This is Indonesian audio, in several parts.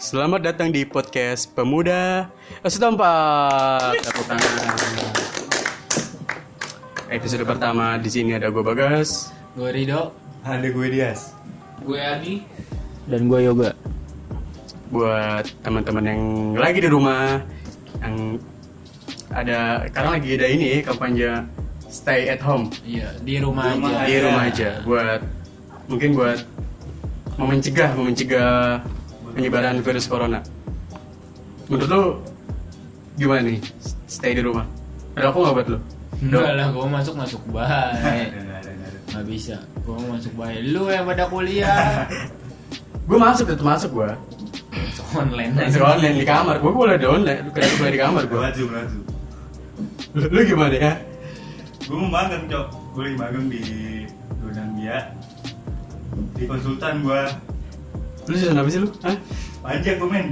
Selamat datang di podcast Pemuda Setempat. Tepuk tangan. Episode pertama di sini ada gue Bagas. Gue Rido, Ada gue Dias. gue Adi. dan gue yoga Buat teman-teman yang lagi di rumah yang ada karena lagi ada ini kampanye stay at home Iya, di rumah, Di rumah aja. di rumah aja buat mungkin buat mencegah mencegah penyebaran virus corona. Menurut lu gimana nih stay di rumah? Ada aku nggak buat lu? Dok. Enggak lah, gue masuk masuk baik. Gak bisa, gue masuk baik. Lu yang pada kuliah, Gue masuk tetep masuk gue. masuk online. Masuk online di kamar. Gue boleh di online. Kayak gue di kamar gue. Melaju, melaju. Lu, lu gimana ya? Gue mau magang, Cok. Gue lagi magang di Gondang Bia. Di konsultan gue. Lu susun apa sih lu? Hah? Pajak gue, men.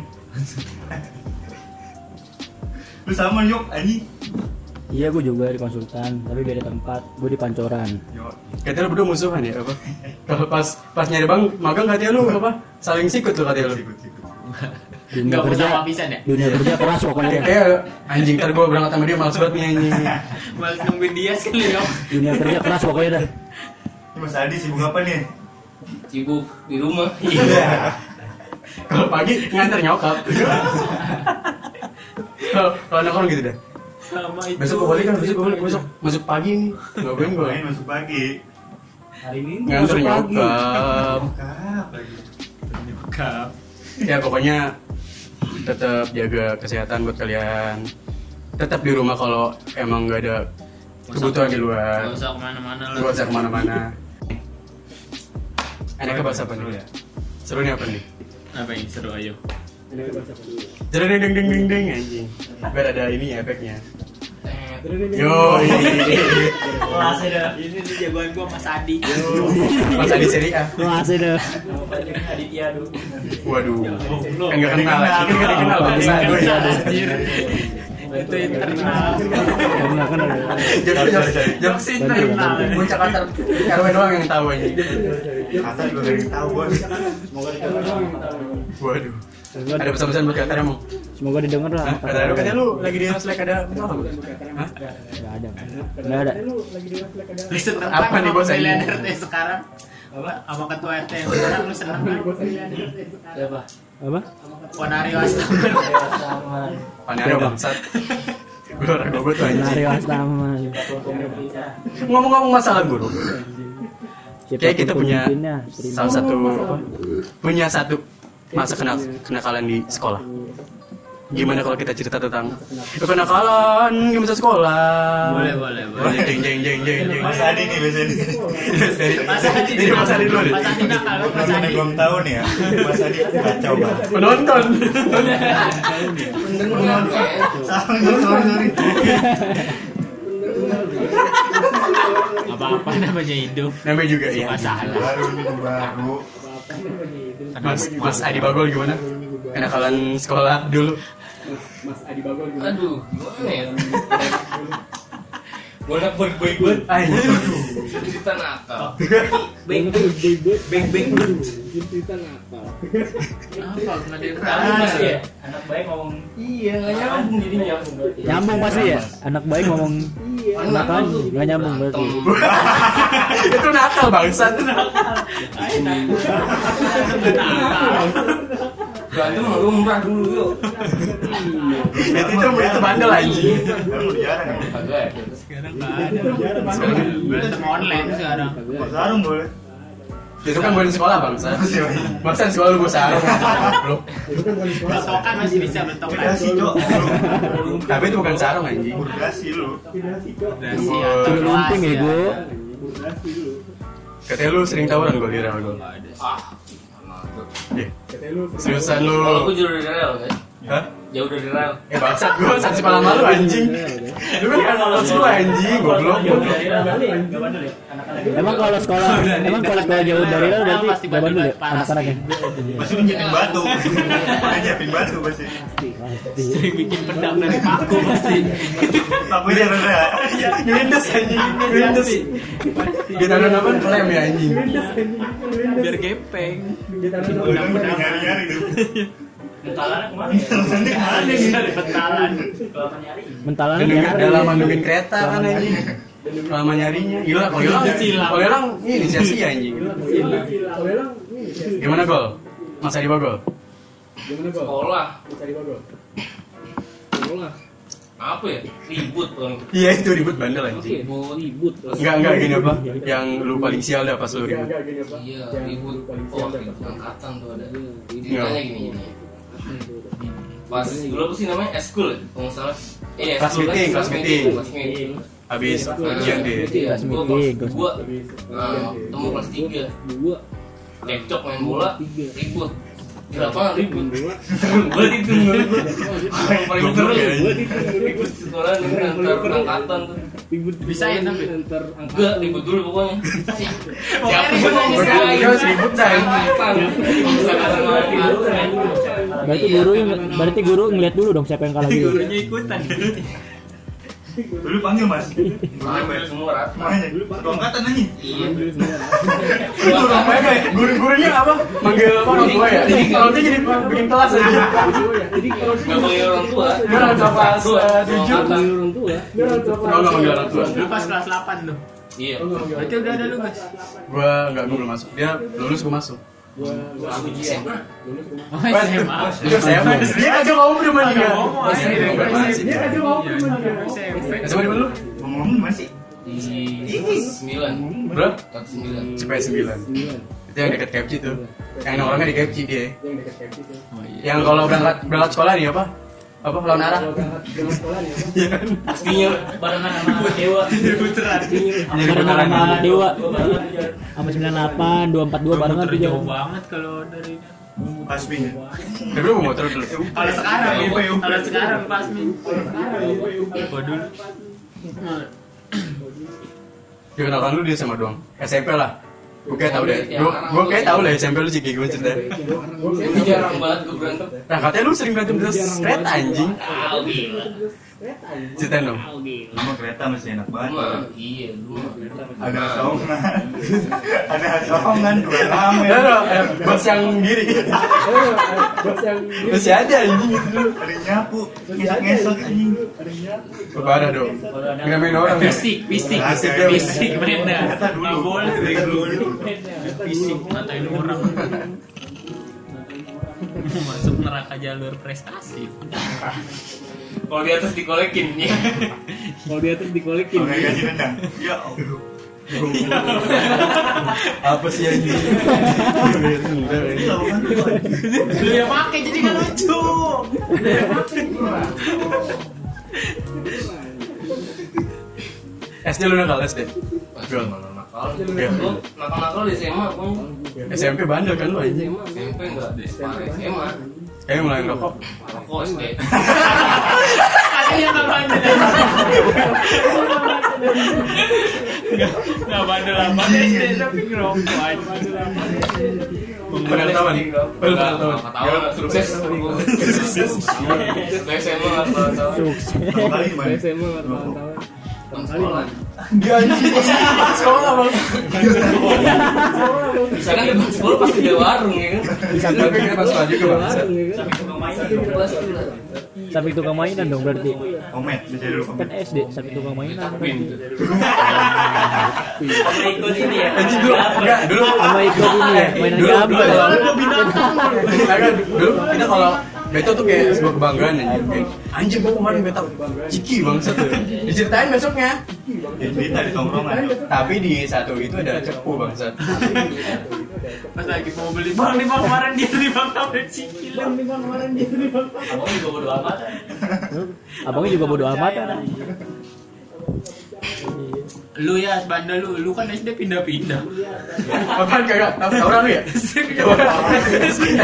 Lu sama, Yok, anjing. iya gue juga di konsultan tapi beda tempat gue di pancoran Yok. Katanya lu berdua musuhan ya apa? Kalau pas pas nyari bang magang katanya lu apa? Saling sikut lu katanya lu. Sikut-sikut. dunia Enggak kerja pernah habisan ya? dunia kerja keras pokoknya Eh anjing ntar gue berangkat sama dia males banget nih anjing. Malah nungguin dia sekali dong. dunia kerja keras pokoknya dah Ini Mas Adi sibuk apa nih? Sibuk di rumah. Iya. Kalau pagi nganter nyokap. Kalau kalau nongkrong gitu dah. Sama itu. Besok gue balik kan, besok gue balik, besok masuk pagi nih. Gak gue gue Main masuk pagi. hari ini nganter nyokap. Nyokap lagi. Nyokap. ya pokoknya tetap jaga kesehatan buat kalian tetap di rumah kalau emang nggak ada kebutuhan di luar Gak usah kemana-mana lah. nggak usah kemana-mana ada kebahas apa Seru nih ya? seru nih apa nih Apa yang seru ayo? deng deng deng deng deng anjing biar ada ini ya efeknya yo Kelas ada. Ini tuh jagoan gue Mas Adi. Mas Adi seri A masih dah Pajaknya Aditya dulu. waduh kan nggak kenal lagi kan nggak kenal bang Bisa, aduh, ya. Itu internal. karena kan Jokes- jokes- jokes internal bocah kantor RW doang yang tahu aja Kata juga gak ada yang tahu bos. Semoga waduh ada ada pesan-pesan buat kantor emang semoga didengar lah Hah? Kata lu katanya lu lagi di Roslek ada masalah nggak? Hah? nggak ada nggak ada Lu seneng Apa kan nih, sama bos, pemilihan ini? RT sekarang? Apa? Sama ketua RT yang sekarang lu seneng kan pemilihan RT sekarang? apa Wanario Astaman. Panero bangsat. Gue orang gue tuh anjing. Mario Astama Ngomong-ngomong masalah guru. Kayak kita ya, punya pemimpinnya, terima. salah satu apa? punya satu masa kena kenakalan di sekolah. Gimana kalau kita cerita tentang kenakalan di masa sekolah? Boleh, boleh, boleh. Jeng jeng jeng jeng jeng. Mas Adi nih biasanya. Mas Adi Jadi Mas Adi dulu deh. Mas Adi nakal, Kalau Mas Adi. belum tahu nih ya, Mas Adi kacau banget. Penonton. Sorry, sorry, sorry. Apa-apa namanya hidup. Namanya juga ya. Suka salah. Baru nih baru. Mas Mas Adi Bagol gimana? Kenakalan sekolah dulu. Aduh, gimana ya? Bonak boy boy boy Anjing. cerita nakal. Beng beng beng beng beng. Apa nggak ada yang tahu Mas ya? Anak baik ngomong iya nggak nyambung jadi nyambung berarti. nyambung pasti ya anak baik ngomong Iya. Anak nakal tuh nggak nyambung berarti berantem. itu nakal bangsa itu Berantem lu umrah dulu yuk. itu itu itu bandel anjing Baru jarang ya. Kagak ya. Sekarang nggak ada. Berantem online sekarang. Mas Arum boleh. itu kan bukan sekolah bangsa Masih banyak. bangsa di sekolah lu gue sarung goblok. Bertokan masih bisa bertokan. Berdasi kok. tapi itu bukan sarung anjing Berdasi lu. Berasi Wah. atau Tidak lumping ya gue katanya lu sering tawuran gue lira gue Ah, sama tuh. seriusan lu Kalau aku jauh dari rel, ya. Hah? jauh dari rel. eh bangsat gue sanksi malam malu anjing lu kan nggak lolos lu anjing goblok Emang kalau sekolah, emang kalau sekolah jauh dari lo berarti Pasti gak bandel ya bandel, parah anak-anaknya. Pasti menjepit batu. Makanya pin batu pasti. Sering bikin pedang dari paku pasti. Tapi dia rela. Windows anjing Windows dia taruh nama lem ya anjing Biar gepeng. Udah nyari-nyari tuh. Bentalannya kemana ya? Bentalannya kemana nih? Bentalan. Kelamaan nyari. Mentalan ya? Dan nyari. dalam mandungin kereta kan Lama anjing. Lama nyarinya. Gila kalau hilang kalau hilang ini sia-sia anjing. Kalau Iya. hilang, ini ya. Gimana gol? Mas Adi Bagol. Gimana gol? Sekolah. Bisa di gol. Sekolah. Apa ya? Ribut bang. Iya itu ribut bandel ya? anjing. Ribut. Ribut. Enggak enggak gini apa? Yang lu paling sial dah pas Gak, lu ribut. gak, gini apa? Iya, Yang ribut. paling Oh, sial dapat. ribut angkatan tuh ada. Iya. Ceritanya gini gini. Pas dulu apa sih namanya eskul ya? Kalau nggak salah. Iya, Kelas eskul kan? meeting, kelas meeting. Kelas meeting. Habis Nah, ujian deh. iya, Kelas gua meeting, pas- kelas Gua Habis. eh, temu kelas tiga. Dua. Cekcok main bola, ribut. Di lapangan ribut. Gue itu ribut. Yang paling Goblok seru. ya, Gua ribut sekolah nih antar angkatan tuh. Bisa ya tapi. Enggak, ribut dulu pokoknya. Pokoknya ribut aja Berdua sekali. berdua harus ribut dah. anjing. Berarti Iya. guru berarti guru ngeliat dulu dong siapa yang kalah dulu. Gurunya ikutan. Dulu panggil mas. Gurunya Ambil banyak semua. semua rata. Makanya dulu Dua angkatan anjing. Iya. Itu apa ya? Guru-gurunya apa? Manggil apa orang tua ya? Jadi- Kalau dia jadi bikin kelas ya. aja. Gak panggil orang tua. Dia orang tua kelas, Dua, eh, dua tujuh. angkatan. Dia orang tua Kalau nggak manggil orang tua. Lu pas kelas 8 lu. Iya. Berarti udah ada lu, Mas. Gua nggak gua belum masuk. Dia lulus gua masuk. Aku SMA. Oh, SMA. Terus saya mau. Dia kagak mau bermain dia. Kagak ngomong, Masih Iya, anjing. dia nggak masih. Dia aja mau ke mana dia? SMP. Sama di mana lu? Ngomong-ngomong masih. Di sembilan. Bro, Kelas sembilan. CPS 9. Itu yang dekat KFC tuh. Yang nongkrongnya di KFC dia. Dia Iya. yang dekat kayak gitu. Oh, iya. Yang kalau berangkat berangkat sekolah nih apa? Apa Iya lawan arah? Kalau berangkat dengan sekolah nih, apa? kan? Pastinya barengan sama dewa. Jadi Bareng putaran. sama Dewa. Barengan juga. Sama 98, 242 barengan jauh tuh jauh. banget kalau dari Pas bin. ya? Tapi lu mau motor dulu. kalau sekarang Iya, iya. kalau sekarang pas min Gua dulu Dia kenalkan lu dia sama doang. SMP lah. Gue kayak tau Iya, deh. Gue gue kayak tau lah SMP lu sih kayak gimana Iya, cerita. Gua Itu kayaknya jarang banget gue berantem. Nah katanya lu sering berantem di atas kereta anjing. Tahu gila. Ceritain dong. Iya, Nama kereta masih enak banget. Cuma, Iya, lu mah. Ada songan. Ada songan dua lama. Ya dong, eh, bos yang giri. Eh, eh, bos yang gini. Masih ada anjing itu dulu. Ada nyapu. Ngesek-ngesek anjing. Ada yang nyata. Parah dong. Ngamen orang. ya? fisik fisik Asik dia. fisik beda Kata dulu. nggak boleh bego lu. Ternyata fisik guru. ngatain orang masuk neraka jalur prestasi Kalau di atas dikolekin ya. Kalau dia terus dikolekin. Oke, gaji rendang. Ya Allah. Apa sih anjing? Ini lawangan dulu. lu yang pakai jadi kan lucu SD lu nakal SD. Pasti Jual. malah nakal. Iya. Lu nakal-nakal di SMA pokoknya. SMP bandel kan lu anjing. SMP enggak? Parah SMA. Kayaknya mulai ngerokok. Rokok SD. katanya nggak bandel nggak nggak bandel apa SD tapi ngerokok aja Pada ketahuan. Pada Enggak, ketahuan. enggak ketahuan. Sukses. Sukses. Sukses SMA enggak ketahuan. Dua kali gimana? SMA nggak tahu-tahu. Teman sekolah. Dia anjing. Sekolah bang. Bisa kan depan sekolah pasti ada warung ya kan? Bisa gue pikir pas sekolah juga bang. Larang ya kan? Kelas dulu. Sampai tukang mainan dong berarti. Komet. Bisa dulu komet. Kan SD sampai tukang mainan. Ikut ini ya. Anjing dulu. Enggak dulu. Sama ikut ini ya, mainan Dulu, gambar. dulu kalau- Kagak, dulu kita kalau Beto tuh kayak sebuah kebanggaan anjing. Kayak, Anjing gua kemarin Beto Ciki bangsa tuh Diceritain besoknya Ya, cerita di tongkrongan. Tapi di satu itu ada cepu bangsa pas lagi mau beli bang nih bang kemarin dia di bang sampai cikil Abang juga bodo amat. Abangnya juga bodo amat. lu ya bandel lu lu kan SD pindah-pindah Apaan kagak? Tahu tawuran lu ya?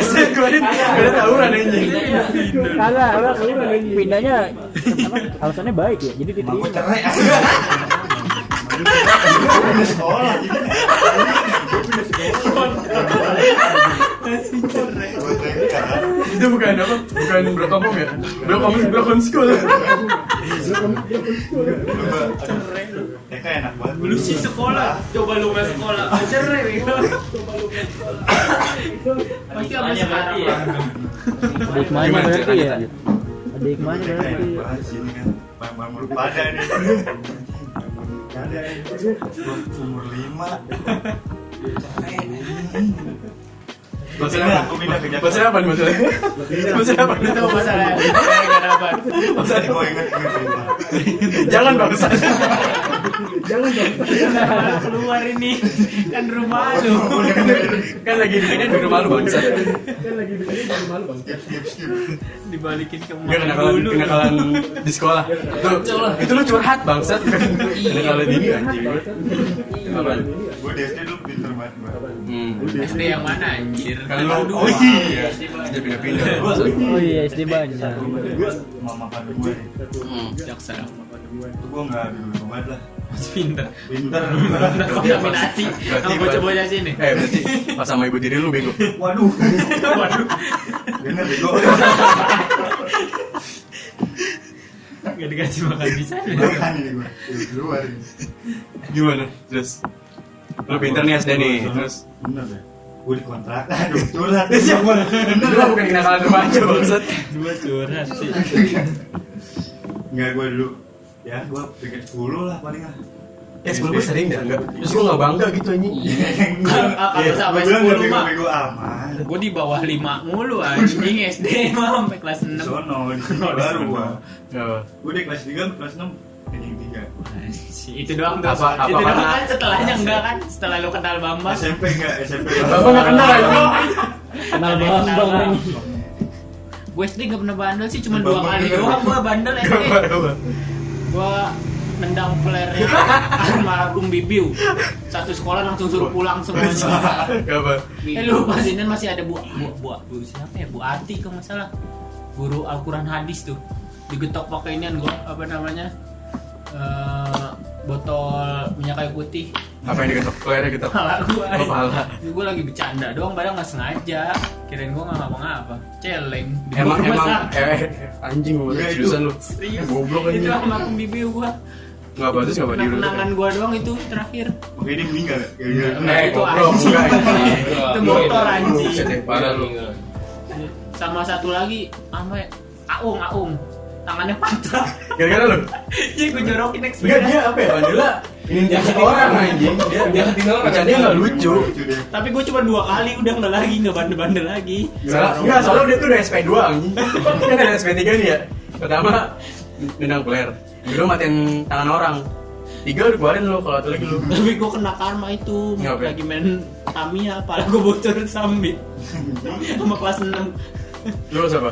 Asik kemarin ada tawuran anjing Kagak, orang pindahnya apa, alasannya baik ya. Jadi Emang gua diterima. cerai. Gua pindah sekolah. jadi Gua cerai kan. Itu bukan apa? Bukan blok kampung ya? Blok kampung, blok homeschool Lu ba- aduh. TK enak banget. lu sih sekolah coba lu nggak sekolah ajar nih coba lu nggak sekolah pasti apa Hanya sekarang mati ya ya. ada hikmahnya Gimana, berarti lanjut, ya lanjut. ada hikmahnya Mereka berarti ya? enak banget sih ini kan Bang Muruk pada nih Ada ya. Umur lima Maksudnya apa? Aku pindah ke Jakarta. Maksudnya apa nih maksudnya? Maksudnya apa? Itu masalahnya. Kenapa? Tadi gue inget inget cerita Jangan bangsa. Jangan dong. keluar ini kan rumah lu Kan lagi bikinnya di rumah lu bangsa. Kan lagi di sini jadi malu bang. Skip skip skip dibalikin ke Enggak kenakalan kenakalan di sekolah. Itu itu lu curhat bangsa. Kenakalan ini anjing. Kenakalan. Gue di SD dulu pinter banget gua. Hmm. SD yang mana anjir? Kan lu oh iya. Dia pindah-pindah. oh iya SD banyak Gue mama makan gue nih Hmm. Jaksa Itu gue gak dulu banget lah Mas pinter Pinter Kombinasi Berarti Sama bocah-bocah sini Eh berarti pas sama ibu tiri lu bego. Waduh Waduh Bener bego Gak dikasih makan di sana Makan ini gue Di luar ini Gimana? Terus lu pinter nih SD nih. Terus Bener ya Gue dikontrakan Aduh curhat Bener lah bukan kenakalan remaja bangsa. Dua curhat sih Enggak gue dulu Ya gue pikir 10 lah paling lah Iya, Ya sebelum gue sering dah enggak. Terus gue enggak bangga gitu anjing. Kakak Iya, sampai gua bilang 10 nggak mah. bego-bego aman Gue di bawah 5 mulu anjing SD mah sampai kelas 6 Sono, di sini Oh, di baru sono. gua Enggak. Gue di kelas 3, kelas 6 Kening 3 Itu doang tuh Apa- apa Itu doang karena- kan setelahnya enggak kan Setelah lu kenal Bambang SMP enggak, SMP Bapak enggak kenal anjing. kenal bang Kenal bang Bang. Gue SD gak pernah bandel sih Cuma dua Bambang kali bener. doang gue bandel SD gua nendang pelernya almarhum Bibiu satu sekolah langsung suruh pulang semua Enggak apa. eh lu pas ini masih ada bu bu bu, bu siapa ya bu Ati kalau nggak salah guru Al-Quran hadis tuh digetok pakai inian gua apa namanya eh, botol minyak kayu putih Apa yang diketok? Kelernya ketok. pala gua Oh, pala. gue lagi bercanda doang padahal nggak sengaja kirain gua nggak ngapa-ngapa celeng di Emang rumah emang sakit. eh anjing gua Iya, udah itu. jurusan lu. serius Goblok itu anjing. almarhum Bibiu gua Enggak bagus enggak badi lu. kenangan gua doang itu terakhir Oke, dia meninggal ya? Gara-gara Enggak. Eh, Itu goblok anjing. enggak. anjing. itu Lu motor itu. anjing Iya, Buset deh, parah lu. sama satu lagi sama Aung Aung tangannya patah Gara-gara lu. jadi gue jorokin Enggak ekspedisi dia apa ya? Bandela. Ini dia orang anjing. Dia dia bercanda enggak lucu. deh tapi gue cuma dua kali udah nggak lagi nggak bandel-bandel lagi Salah, enggak, soalnya dia tuh udah SP2 anjing. Kan ada SP3 nih ya. Pertama nendang player. Dulu matiin tangan orang. Tiga udah keluarin lu kalau satu lagi lu. tapi gue kena karma itu Ngapain? lagi main Tamiya pala gue bocor sambit sama kelas 6 Lu siapa?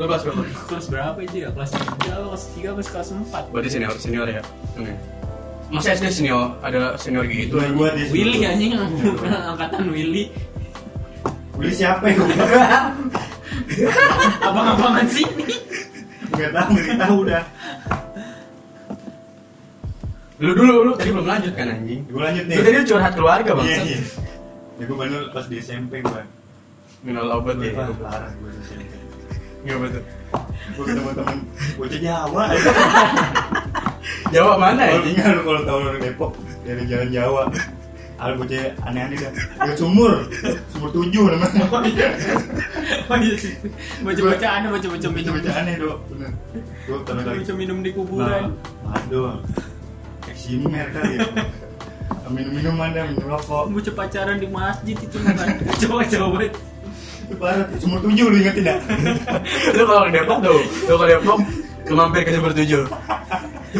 Lu kelas berapa? kelas berapa itu ya kelas 3 kelas 3 pas kelas 4 Berarti senior, senior ya. Oke. Masa SD senior ada senior gitu Itu anjing? gue dia Willy anjing angkatan Willy Willy siapa ya? abang-abangan sini Enggak tahu, enggak tahu dah Lu dulu, lu tadi belum lanjut kan anjing? Gue lanjut nih Lu tadi curhat keluarga bang. Iya, iya Ya gue bandel pas di SMP gue Minal obat ya. Gue Iya, parah gue di SMP Iya betul. Gue ketemu temen Bocah Jawa Jawa mana Kalau anjing? tinggal kalau tahu dari Depok Dari jalan Jawa Ada bocah aneh-aneh dah Dari sumur Sumur tujuh namanya Oh, iya baca-baca aneh baca-baca minum Bocah-bocah aneh dok Bener Gue pertama kali baca minum di Nah, kuburan aduh. Eksimer kali ya. Minum-minum ada, minum rokok. Gue pacaran di masjid itu bukan coba-coba Itu parah, tuh, umur tujuh lu inget tidak? Lu kalau ke Depok tuh, lu kalau Depok ke mampir ke Jember 7.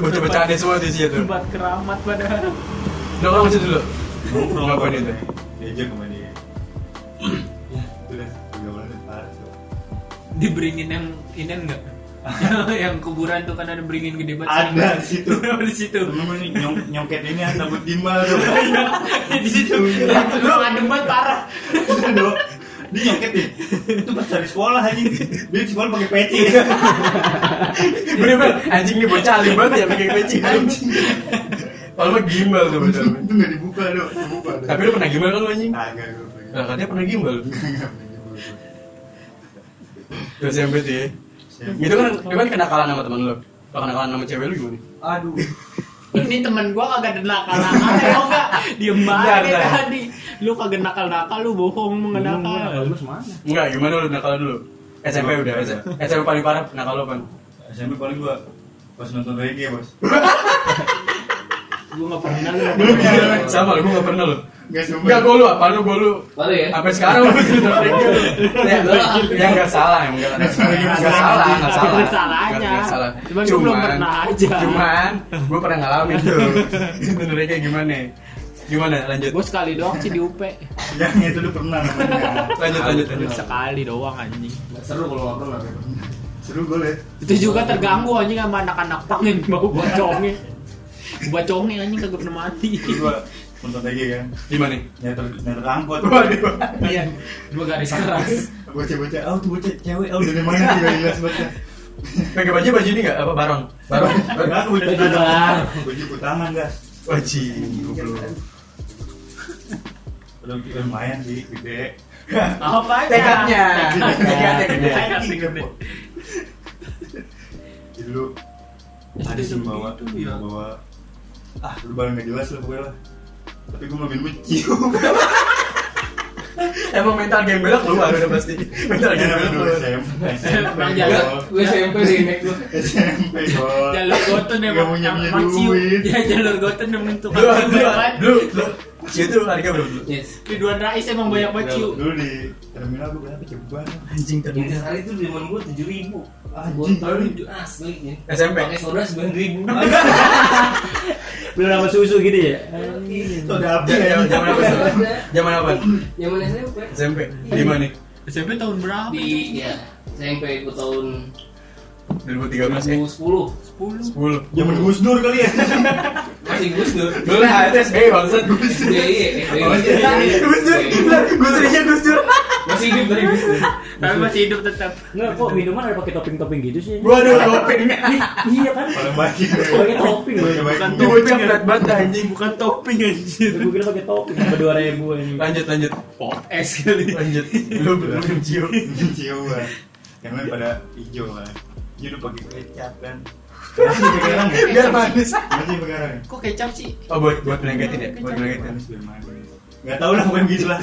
Bocah-bocah ada semua di situ. tempat keramat padahal Lu kalau situ dulu. Ngapain itu? Diajak sama dia. Udah, tiga bulan udah parah tuh. diberingin yang ini enggak yang kuburan tuh kan ada beringin gede banget Oh, Ada di situ. Hmm. di situ Temen gue nih, nyong nyongket ini ada buat gimbal tuh. di situ lu adem banget parah Iya, Dok. Dia nyongket nih. Itu pas dari sekolah aja. Dia di sekolah pakai peci. Bener-bener anjing nih bocah alim banget ya pakai peci anjing. Kalau mah gimbal tuh bocah. Itu nggak dibuka dok. Dibuka. Dok. Tapi lu pernah gimbal kan lu anjing? Nah, nggak, gue pengen. Lah katanya pernah gimbal. Nggak pengen gue. Terus SMP tuh ya. Saya- Itu kan itu kan kenakalan sama temen lu. Kalau kenakalan sama cewek lu gimana? Aduh. ini temen gua kagak ada nakal nakal ya enggak diem banget Bentar, bentar. Iya, tadi lu kagak nakal nakal lu bohong mengenakal lu semana Enggak, gimana lu nakal dulu? SMP udah S- SMP paling parah nah kalau kan SMP paling gua pas nonton reggae bos Gue nggak pernah lu. Iya. sama lu gue gak pernah lu Nggak sumpah. Enggak gue lu apa lu gue lu Baru ya? sampai sekarang lu masih nonton reggae lu. ya ya nggak salah emang nggak nggak salah nggak salah nggak salah Nggak salahnya. Nggak- nggak salah Cuman gua belum pernah aja. cuman gue pernah ngalamin tuh nonton reggae gimana gimana lanjut Gue sekali doang sih di UP. yang itu lu pernah namanya. lanjut lanjut Iya. lanjut Sekali doang anjing. Nggak seru kalau nggak pernah Beb. seru boleh Itu juga terganggu anjing sama anak-anak pangin bau bacongnya. Bacongnya anjing kagak pernah mati. Terus gua nonton reggae kan gimana nyetir nyetir angkot Waduh. Iya, dua garis keras. bocah-bocah oh tuh bocah cewek oh dari mana sih gak jelas bocah pakai baju baju ini nggak apa barong barong Enggak, aku udah Baju bar. baju kutangan gas baju goblok Udah lumayan sih gede Apa tekadnya tekadnya gede Tekadnya gede. Jadi lu ada sih bawa bawa ah lu barang gak jelas lah pokoknya lah tapi gue makin benci emang mental gembelak keluar udah pasti mental gembelak dulu keluar SMP Emang SMP jalan. gol. Gue SMP di Mac gue. SMP gol. Jalur goten Nggak emang punya yang punya emang ciu. duit Ya jalur goten emang tukang dulu ciu dulu kan. dulu dulu itu harga berapa dulu Yes. Ridwan Rais emang banyak banget ciu. dulu di terminal gue berapa coba anjing Yang hari itu di zaman gue tujuh ribu. Anjing. asli ya. SMP. Pakai soda sembilan ribu. Belum sama susu gitu ya? itu ada apa ya Zaman zaman apa? Zaman apa? Zaman SMP. SMP. Di mana? SMP tahun berapa? Di ya SMP gue tahun 2013 eh 2010 10. 10. zaman Gus Dur kali ya masih Gus Dur. Dulu lah itu SBY bangsat. Gus Iya iya. iya. Dur. Lah, Gus Durnya Gus Dur. Masih hidup dari Gus Dur. Tapi masih hidup tetap. Enggak kok minuman ada pakai topping-topping gitu sih? Waduh, doping. Iya kan? paling baik Pakai topping loh. Bukan Di bocah berat banget anjing. Bukan topping anjir. Gue bilang pakai topping sampai dua ribu ini. Lanjut lanjut. Pop es kali. Lanjut. Lu belum cium. benci gue yang lain pada hijau lah dia udah pakai kecap kan masih begarang ya Biar manis. masih begarang ya Kok kecap sih? Oh buat buat nanggatin ya, buat nanggatin. Manis biar manis nggak tahu lah pokoknya gitu lah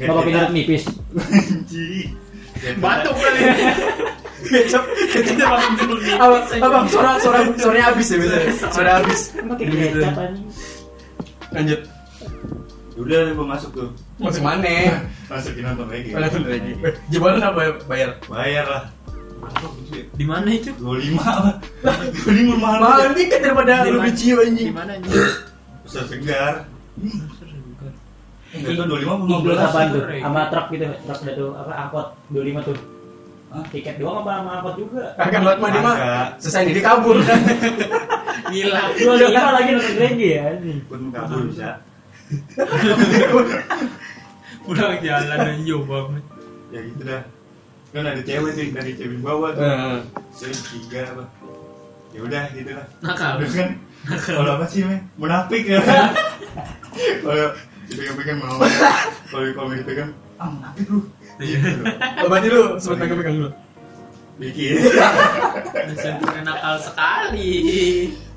Mau pakai jeruk nipis. benci Batuk kali. ya. Kecap, kecap Makin dulu nih. Abang, abang, suara, suara, suaranya habis ya biasanya. Suara habis. Gitu, Kan pakai kecap anjing. Lanjut. udah gue masuk tuh Masuk mana? masukin nonton lagi Mana tuh lagi? Jebalan apa bayar? bayar lah Di mana itu? dua lima lah dua lima mahal Mahal dikit daripada Di lu mana? cium Di anjing. mana anjing? besar segar itu dua lima Ikut belas apaan tuh? ribu. Sama truk gitu, truk udah tuh apa angkot 25 tuh. Tiket doang apa sama angkot juga? Kagak lewat mah dia mah. Kagak. Selesai ini dia kabur. Gila. Dua lima lagi nonton reggae ya anjing. pun kabur bisa Pulang jalan anjing banget. ya gitu dah kan ada cewek tuh yang dari cewek bawah tuh Heeh. cewek tiga apa ya udah gitu lah Nakal. Terus kan kalau apa sih men munafik ya kalau dipegang-pegang mau kalau kalau dipegang ah munafik lu gitu Oh, berarti lu sempet pegang-pegang dulu. bikin Dasar nakal sekali.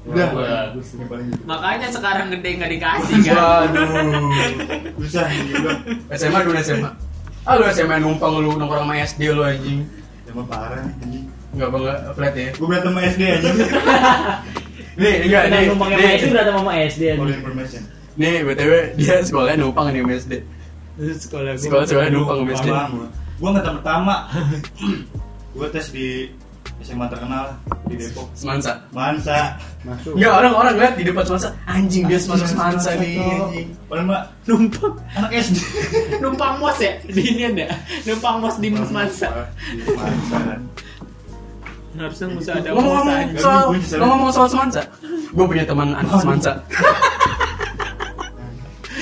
udah Bagus. ini paling Makanya sekarang gede nggak dikasih kan. Waduh. susah ini udah SMA dulu SMA. Ah lu SMA numpang lu nongkrong sama SD lu anjing. emang parah nih anjing Enggak bangga flat ya. gue berantem sama SD anjing Nih, enggak Kita nih. numpang sama Nih, SD berantem sama SD for anjing. information nih BTW dia sekolahnya numpang nih sama SD. Sekolah Sekolah sekolah numpang sama SD. Abang, gue nggak pertama gue tes di SMA terkenal di Depok Semansa. Mansa Masuk. Enggak orang-orang lihat di depan Semansa, anjing dia masuk Semansa nih. anjing. Padahal Iya, mbak numpang anak SD. numpang mos ya di inian ya numpang mos di mos masa Di Mansa. harusnya mesti ada mos Ngomong-ngomong anjing. soal ngomong-ngomong soal Semansa. Gue punya teman anak Semansa.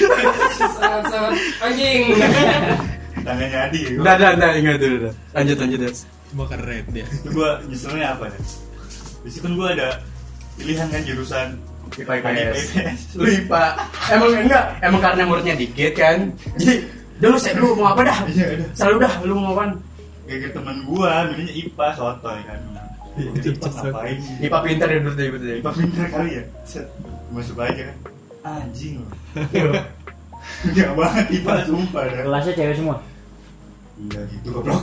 Sangat-sangat anjing. Tangannya Adi. Udah, udah, udah, ingat dulu. udah. Lanjut, lanjut, ya. Cuma keren dia Itu gue nyeselnya apa ya? Di situ kan gue ada pilihan kan jurusan IPA IPS. IPS. Lu IPA. Emang enggak, emang karena muridnya dikit kan. Jadi, udah lu set lu mau apa dah? Iya, udah. Selalu dah, lu mau apaan? Gara-gara teman gue, milihnya IPA sotoy kan. IPA ngapain? IPA pintar ya menurut gue tadi. IPA pinter kali ya. Set. Masuk aja kan. Anjing loh. Enggak banget IPA sumpah dah. Kelasnya cewek semua. Enggak gitu goblok.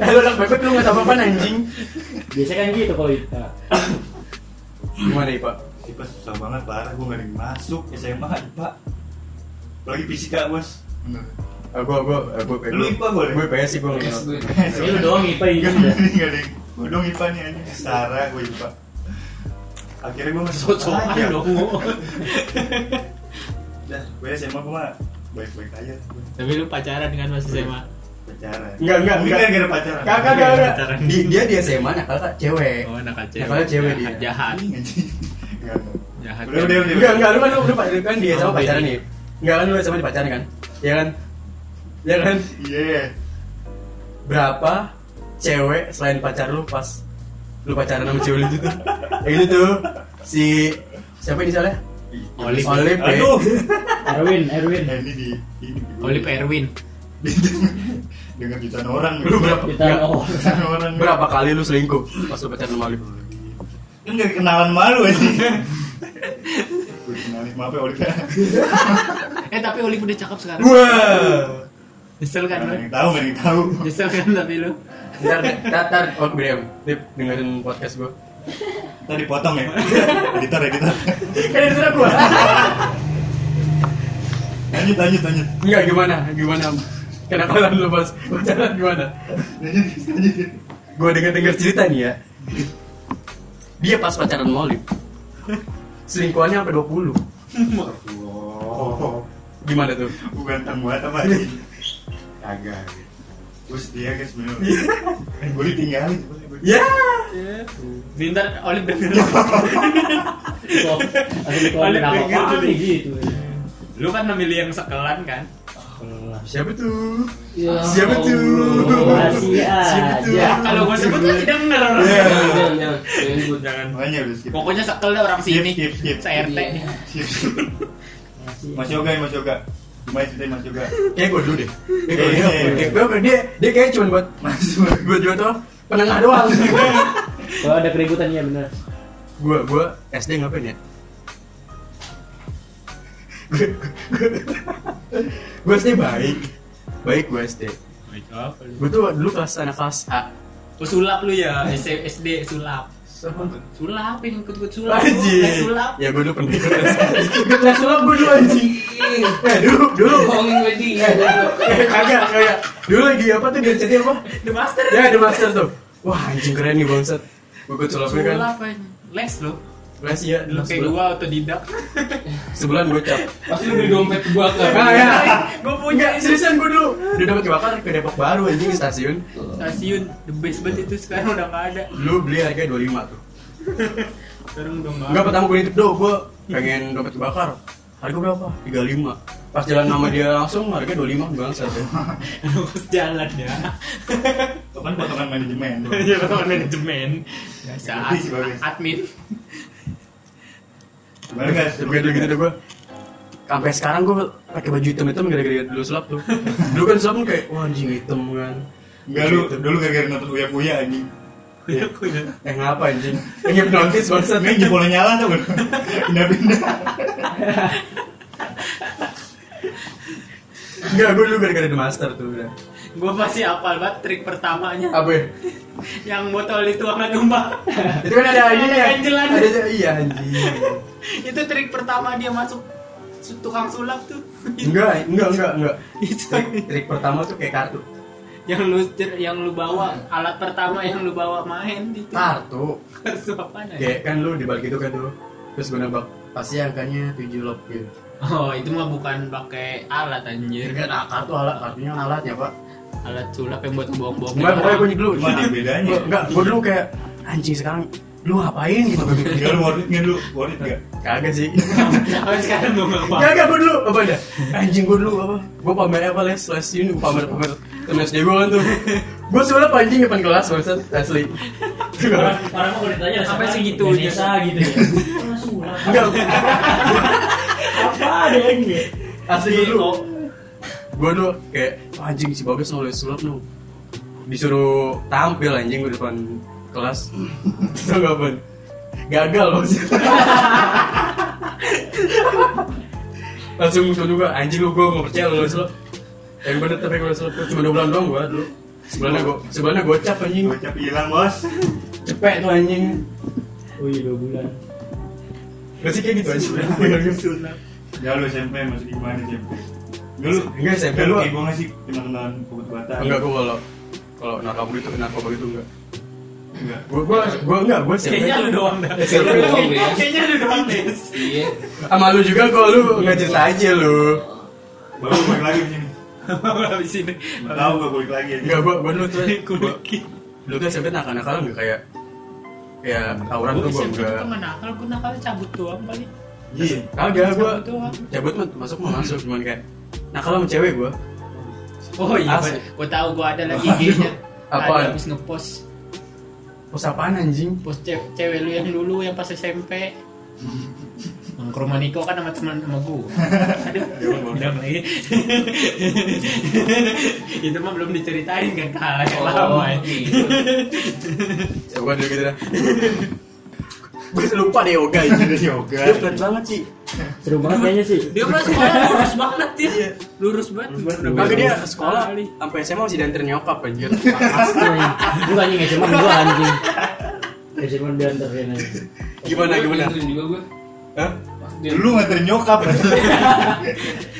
Eh, lu anak bebek lu nggak tahu apa anjing. Biasanya kan gitu kalau kita. Gimana Ipa? IPA susah banget parah gue nggak ada yang masuk SMA IPA. Apalagi fisika bos. Bener. Eh, gua gua eh, gua Lu IPA boleh? Gue PS sih gua nggak Yes, tahu. gue. Ini lu doang IPA Iya, ini. Gak ada gak ada. Gue dong IPA nih anjing. Sarah gue IPA. Akhirnya gue masuk Socokan aja. dong. Dah, gue SMA gue mah baik-baik aja. Gue Tapi lu pacaran dengan Mas SMA. Pacaran. Enggak, enggak, enggak. Enggak ada pacaran. Kakak enggak enggak. Pacaran. Di- Dia dia SMA nakal kak cewek. Oh, anak cewek. Nah, kalau cewek Jahat, dia. Jahat. Anjing, anjing. Enggak, enggak. Jahat. Udah, udah, udah. Enggak, enggak, lu kan lu, lu pacaran kan dia sama Oh, pacaran iya. nih. Enggak kan lu sama dia pacaran kan? Ya kan? Ya kan? Iya. Berapa cewek selain pacar lu pas lu pacaran sama cewek lu itu tuh? Ya gitu tuh. Si siapa ini soalnya? Olip. Olip. ya. Aduh. Erwin, Erwin. Nah, ini di ini di- Oh, Olip Erwin. dengan jutaan orang Lu berapa? Kita enggak, oh. jutaan orang Berapa kali lu selingkuh pas lu pacaran sama Olip? kan gak kenalan malu aja gue kenalin maaf ya Olivia Eh, tapi Olip udah cakep sekarang. Wah. Nyesel gak kan lu? ada yang tahu gak ada yang tahu Nyesel kan tapi lu? Ntar, deh, ntar, ntar, oh, Briam, Dip, dengerin podcast gue kita dipotong ya editor editor Kan itu gue lanjut lanjut lanjut Enggak, gimana, gimana Kenapa lu pas pacaran gimana lanjut lanjut Gue denger-denger cerita nih ya Dia pas pacaran sama Olip Selingkuhannya sampai 20 wow Gimana tuh? gue ganteng banget apa ini kagak gue setia guys bener gue ditinggalin Ya Di Ntar Olip denger. Kok aku Olip dikeluarin denger apa tadi. nih gitu. Lu kan memilih yang sekelan kan? Nah, Siapa tuh? Ya Siapa tuh? Allah. Masih Siapa tuh? aja. Ya, kalau gua sebut kan tidak denger orang. Jangan, jangan, jangan. Jangan gue. Jangan. makanya udah skip Pokoknya sekel deh orang skip sini. skip skip CRT. Iya. skip Mas Yoga Mas Yoga Cuma ceritain Mas Yoga Kayak gue dulu deh Kayak gue Iya, dulu iya, Kayak gua- Dia, dia kayaknya cuma buat Mas Yoga Gue juga tuh penengah doang Kalau ada keributan ya benar. Gue, gue SD ngapain ya? Gue SD baik Baik gue SD Gue tuh dulu kelas anak kelas A Oh, sulap lu ya, S- SD sulap. Sulap, yang ikut-ikut sulap. Les Anjing sulap. Ya gue dulu pendek Les sulap gue dulu anjing Eh dulu Dulu Bohongin gue di. Ya, Eh kagak kagak Dulu lagi apa tuh dia ceritanya apa? The Master. Ya The Master tuh Wah anjing keren nih bangsat Gue ikut sulapnya kan Sulap aja. Les lu. Les ya dulu Lu kayak sebulan gua otodidak. Sebulan gue cap Pasti lu beli dompet gua kan. Nah ya Gua Enggak punya ini. seriusan gue dulu Udah dapet kebakar ke Depok Baru anjing ke stasiun stasiun the best banget itu sekarang udah nggak ada. Dulu beli harganya 25 tuh Sekarang udah nggak Enggak ada. pertama gue nitip do, gue pengen dompet kebakar. Harga berapa? 35. Pas jalan sama dia langsung harga 25 bang satu. Harus jalan ya. Kapan kan potongan manajemen Ya kalau manajemen. Biasa Bagus, bagus. admin. Gimana guys? Sebagai dulu gitu deh gue. Sampai sekarang gue pakai baju hitam hitam gara-gara dulu sulap tuh. Dulu kan sulap kan kayak wah anjing hitam kan. Gitu. Enggak lu, dulu gara-gara nonton Uya Kuya anjing Eh ngapa anjing? Yang hipnotis bangsat. Ini jempolnya nyala tau gak? Pindah-pindah Enggak gue dulu gara-gara The Master tuh udah. Gua pasti apal banget trik pertamanya. Apa ya? yang botol itu warna tumpah Itu kan ada ini ya. Anjelan. Ada iya anjing. itu trik pertama dia masuk su- tukang sulap tuh Enggak, enggak, enggak, enak Itu. Trik, trik pertama tuh kayak kartu. yang lu cer- yang lu bawa alat pertama yang lu bawa main itu Kartu. kartu apa ya Kayak kan lu dibalik itu kan tuh Terus gue nembak Pasti angkanya 7 lob gitu oh itu mah bukan pakai alat anjir kan ah, kartu alat Kartunya alat ya pak alat sulap yang buat bohong-bohong Enggak pokoknya gue dulu Cuma ada bedanya. Gua- Enggak gue dulu kayak Anjing sekarang Lu ngapain gitu gua mikir. Enggak lu worth it gak lu? Worth it gak? Kagak sih Sampai sekarang gue nggak paham Kagak gue dulu Apa ada Anjing gue dulu apa Gue pamer apa les Les ini gue pamer pamer Temen SD gue kan tuh Gue sebenernya pancing depan kelas Maksud asli Orang orang mau ditanya Sampai sama segitu Indonesia gitu ya. Orang sulap. Enggak Apa ada yang gitu? Asli gue dulu Gue dulu kayak "Wah, Anjing si Bagas nulis sulap dong Disuruh tampil anjing gue depan kelas Tau gak Bun? Gagal loh Langsung muncul juga Anjing lu gue gak percaya lu nulis sulap yang bener tapi gue selesai cuma dua bulan doang gue dulu sebulannya gue sebulannya gocap anjing Gocap hilang bos. cepet tuh anjing Oh iya dua bulan. Berarti kayak gitu aja Ya lu SMP masuk di mana SMP? Dulu Enggak, SMP Dulu gua. kayak gue ngasih kenal-kenalan pokok batang. Enggak gue kalau kalau narkoba itu narkoba itu enggak Enggak. Gue gue gue enggak gue SMP Kayaknya lu doang dah. SMP doang, ya. Kayaknya lu doang deh. Iya. Sama lu juga kok lu enggak cerita aja lu Baru gua balik lagi di sini. Habis ini. Nggak tahu gue balik lagi aja. Enggak, gua, gua dulu tuh gua, Kuduki. Dulu tuh SMP nakal-nakal enggak kayak Ya, tawuran Gua tuh gua SMP tuh enggak nggak nakal, gua nakal cabut doang kali. Iya. Kagak, gua Cabut doang. cabut mah masuk mah masuk Cuman kayak nakal sama cewek gua Oh iya, Asik. gua tahu gua ada lagi IG-nya. Apaan? Ada habis ngepost Pos apaan anjing? post cewek, cewek lu yang dulu yang pas SMP. Nongkrong sama Niko kan sama teman sama gua. Aduh, udah lagi. Itu mah belum diceritain kan kalah Oh, yang lama. eh. ya. iya. Ya gua dulu gitu dah Gua lupa deh yoga anjing Ada yoga. Dia flat banget sih Seru banget kayaknya sih. Dia mah sekolah lurus banget ya. Lurus banget. Kagak dia Lurus sekolah sekali. sampai SMA masih diantar nyokap anjir Pasti. Bukan anjing ya, cuman gua anjing. Ya cuman diantarin aja. Gimana, gimana? Iya, juga gue. Hah? Dulu nganterin nyokap.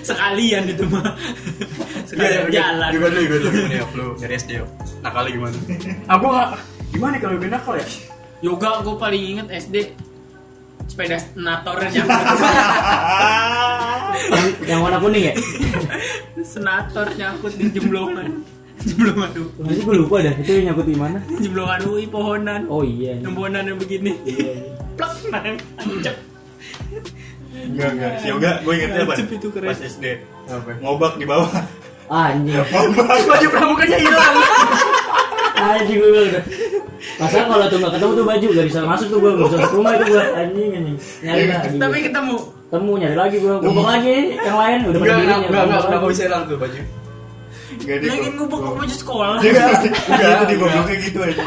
Sekalian itu mah. Iya, Sekalian iya, jalan. Gimana, gimana, gimana, gimana ya? Lu dari SD yuk Nakalnya gimana? Aku gak Gimana kalau gue nakal ya? Yoga gue paling inget SD sepeda senator yang Yang yang warna kuning ya? senator nyangkut di jemblongan jemblongan tuh Masih gua lupa dah. Itu yang nyangkut di mana? jemblongan UI pohonan Oh iya. anjing. nembonan yang begini Iya, plak nang ancep Enggak, enggak. Si yoga gue ingetnya apa? Cep itu keren. Pas SD. Apa? Ngobak di bawah. Ah, Iya. Anjing. Ngobak. Baju pramukanya hilang Anjing gue bilang udah. Masa kalau tuh nggak ketemu tuh baju gak bisa masuk tuh gue nggak bisa masuk rumah itu gue anjing anjing. Nyari lagi. tapi gua. ketemu Temu nyari lagi gue. Ngomong lagi yang lain udah Enggak, berdiri, enggak, ya. nyari enggak, enggak, lagi. kenapa bisa hilang tuh baju? Enggak deh. lagi ngubek ke baju sekolah Enggak, Iya, enggak. Itu Enggak. di gobloknya gitu aja.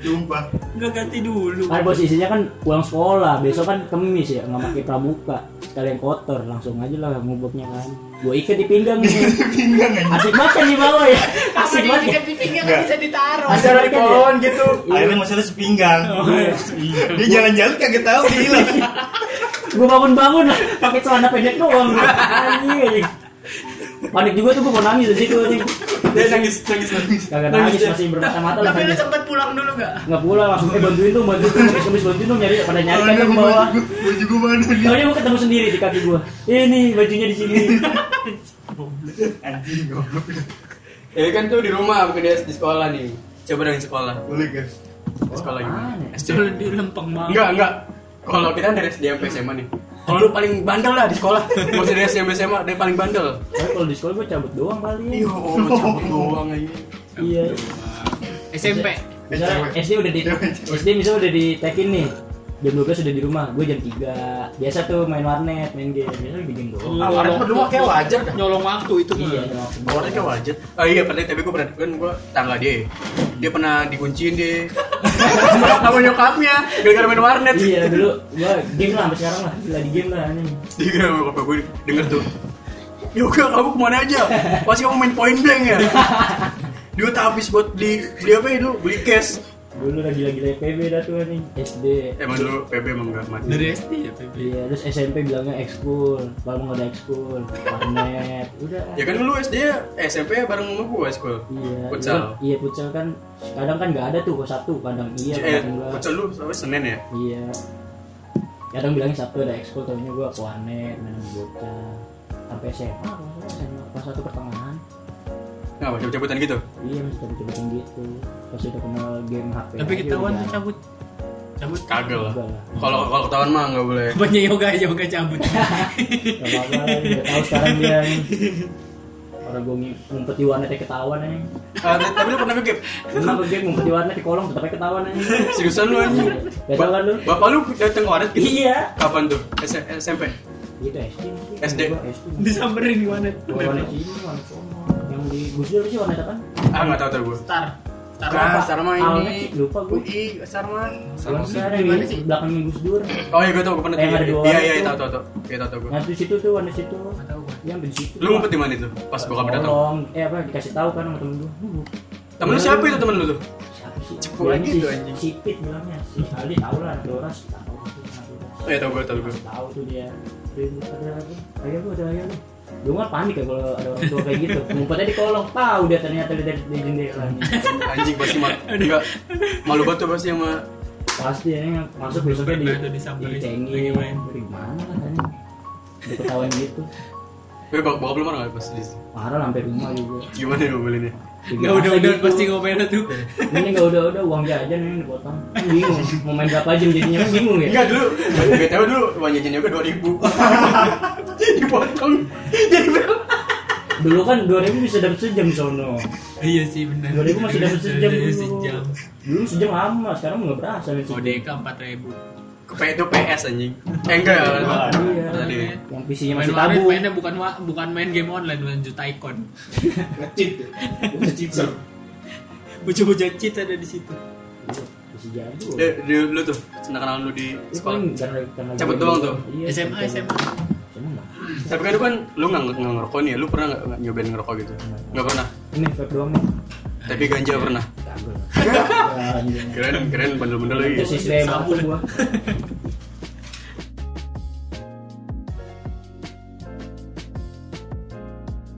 Sumpah. nggak ganti dulu Kan bos isinya kan uang sekolah, besok kan kemis ya, nggak pakai pramuka, sekalian kotor, langsung aja lah ngubeknya kan. Gue ikat di pinggang nih. Pinggang aja. Asik banget kan di bawah ya. apa Asik dia banget. ya. di pinggir Nggak. kan bisa ditaruh Asik banget kan ya. gitu Akhirnya masih ada sepinggang. iya. Dia jalan-jalan kagak tahu dia hilang. Gue bangun-bangun lah, pakai celana pendek doang. gua. Anjing anjing. Panik juga tuh gue mau nangis di situ anjing. Dia Eh, nangis, nangis, nangis ya. Kagak nangis masih bermata-mata lah. tapi lu nangis. ya? sempat pulang dulu gak? Nggak pula langsung eh bantuin tuh, bantuin tuh, kemis kemis bantuin tuh nyari pada nyari kan ke bawah. Baju gue mana nih? Taunya mau ketemu sendiri di kaki gua. Ini bajunya di sini. Anjing goblok. Ya kan tuh di rumah, bukan dia di sekolah nih Coba dari sekolah Boleh guys. Di sekolah gimana? Apaan ya? SD Dulu di lempeng banget Enggak, enggak Kalau kita dari SD sampai SMA nih Kalau lu paling bandel lah di sekolah Mau dari SD sampai SMA, dia paling bandel Tapi kalau di sekolah gua cabut doang kali. ya. Iya, oh, cabut doang aja Iya. SMP Misalnya Eh, SD udah di cewek. SD misalnya udah ditekin nih. Jam 12 udah di rumah, gue jam 3 Biasa tuh main warnet, main game Biasa lagi game doang Ah, warnet berdua kayak wajar dah. nyolong waktu itu kan. mah. Iya, ada waktu Awalnya kayak wajar Oh iya, pernah, tapi gue pernah, kan gue tangga dia Dia pernah dikunciin deh Sama nyokapnya, gara-gara main warnet Iya dulu gua game lah sampai sekarang lah gila di game lah anjing. Iya, bapak gue denger tuh. Yoga, kamu kemana aja? Pasti kamu main point blank ya? Dia tak habis buat beli, beli apa ya dulu? Beli cash. Dulu lagi lagi PB dah tuh anjing SD. Emang dulu PB emang gak mati. dari SD ya PB Iya terus SMP bilangnya ekskul, baru nggak ada ekskul, warnet, udah. Ya kan dulu SD ya, eh, SMP bareng sama gue school. Iya, Futsal. iya, iya futsal kan kadang kan nggak ada tuh kok Sabtu, kadang iya, eh, kadang enggak. futsal lu sampai Senin ya? Iya. Kadang bilangnya Sabtu ada ekskul, tahunya gua ke warnet, main sama bocah. Sampai SMA, kalau nggak salah SMA kelas satu pertengahan. Nggak, cabut cabutan gitu. Iya masih coba-cobain gitu. Pas udah kenal game HP. tapi aja ketahuan udah. tuh cabut cabut Kagak lah. Enggak lah. Kalau kalau ketahuan mah nggak boleh. Punya yoga yoga cabut Gak apa-apa, gak tau sekarang dia nih. Orang gue ngumpet di warnet ya ketahuan aja Ah, tapi lu pernah kegep? Pernah gue game ngumpet di warnet di kolong tetapnya ketahuan aja Seriusan lu anjing? Gak tau kan lu? Bapak lu dateng ke waret gitu? Iya Kapan tuh? S- SMP? Gitu SD sih. SD. Gua SD disamperin gimana Gua warnet sini, warnet sono Yang di Gus Dur sih warnet apa? Ah nggak tahu tahu gue. star Taruh Bukan, apa? Sarma Almet ini. sih, lupa gua. UI, Sarma. Sarma sih ada Gimana di sih? belakangnya Gus Dur. Oh iya, gue tau, gue pernah Eh, ada tuh. dua Iya, orang iya, tuh. tau, tau, tau. Iya, tau, tau gue. Nah, di situ tuh ada situ. Nggak tahu gua. Yang di situ. Lu ngumpet di mana itu? Pas bokap datang. Tolong, eh apa dikasih tahu kan sama temen gua. Lu, Temen lu siapa itu temen lu tuh? Siapa sih? Cepu Bilangnya lagi si- tuh, anjing. Si Pit bilangnya, si Ali tahu lah, ada orang sih tahu. Oh iya, tau gue, tau gue. Kasih Tahu tuh dia. Dia bilang, Ada apa? Ada apa? Ada apa? Gue mah panik ya kalau ada orang tua kayak gitu. Ngumpetnya di kolong, tahu dia ternyata di dari dari jendela. Anjing pasti mal, enggak malu banget tuh pasti sama Pasti ini yang masuk besoknya di Pernah ada disamperin. dicengin. Lagi main. Dari mana kan ini? Udah ketahuan gitu. Gue bak bokap lu mana nggak pas di Marah lah sampai rumah juga. gitu. Gimana ya ngomelinnya? Nggak udah udah pasti ngomel tuh. Ini nggak udah udah uang jajan ini dipotong. Kan bingung. Mau main berapa jam jadinya kan bingung ya. Enggak dulu, gak tau dulu uang jajannya gue 2000 Dipotong Jadi berapa? Dulu kan 2000 bisa dapat sejam sono. Iya sih benar. 2000 masih dapat sejam Iya, dulu. sejam. Dulu sejam lama, sekarang nggak berasa nih sejam. ODK 4000. P itu PS anjing Eh enggak Iya. Tadi Yang PC-nya ya. Main masih warnet tabu. mainnya bukan wa- bukan main game online main juta icon. Cipser. Bocah-bocah cheat ada di situ. PC jago. Eh, di- Lu tuh, senang kenalan lu di Ini sekolah paling karena karena Cabut game. doang tuh. Iya, SMA cabut. SMA. SMA nggak. Tapi kan lu kan, lu nggak nggak ngerokok nih ya, lu pernah nggak nggak nyobain ngerokok gitu? Nggak pernah, Ini vape doang nih. tapi ganja pernah Kagak. Keren, keren, bandel-bandel lagi Itu sistem Sabu apa dah. gua?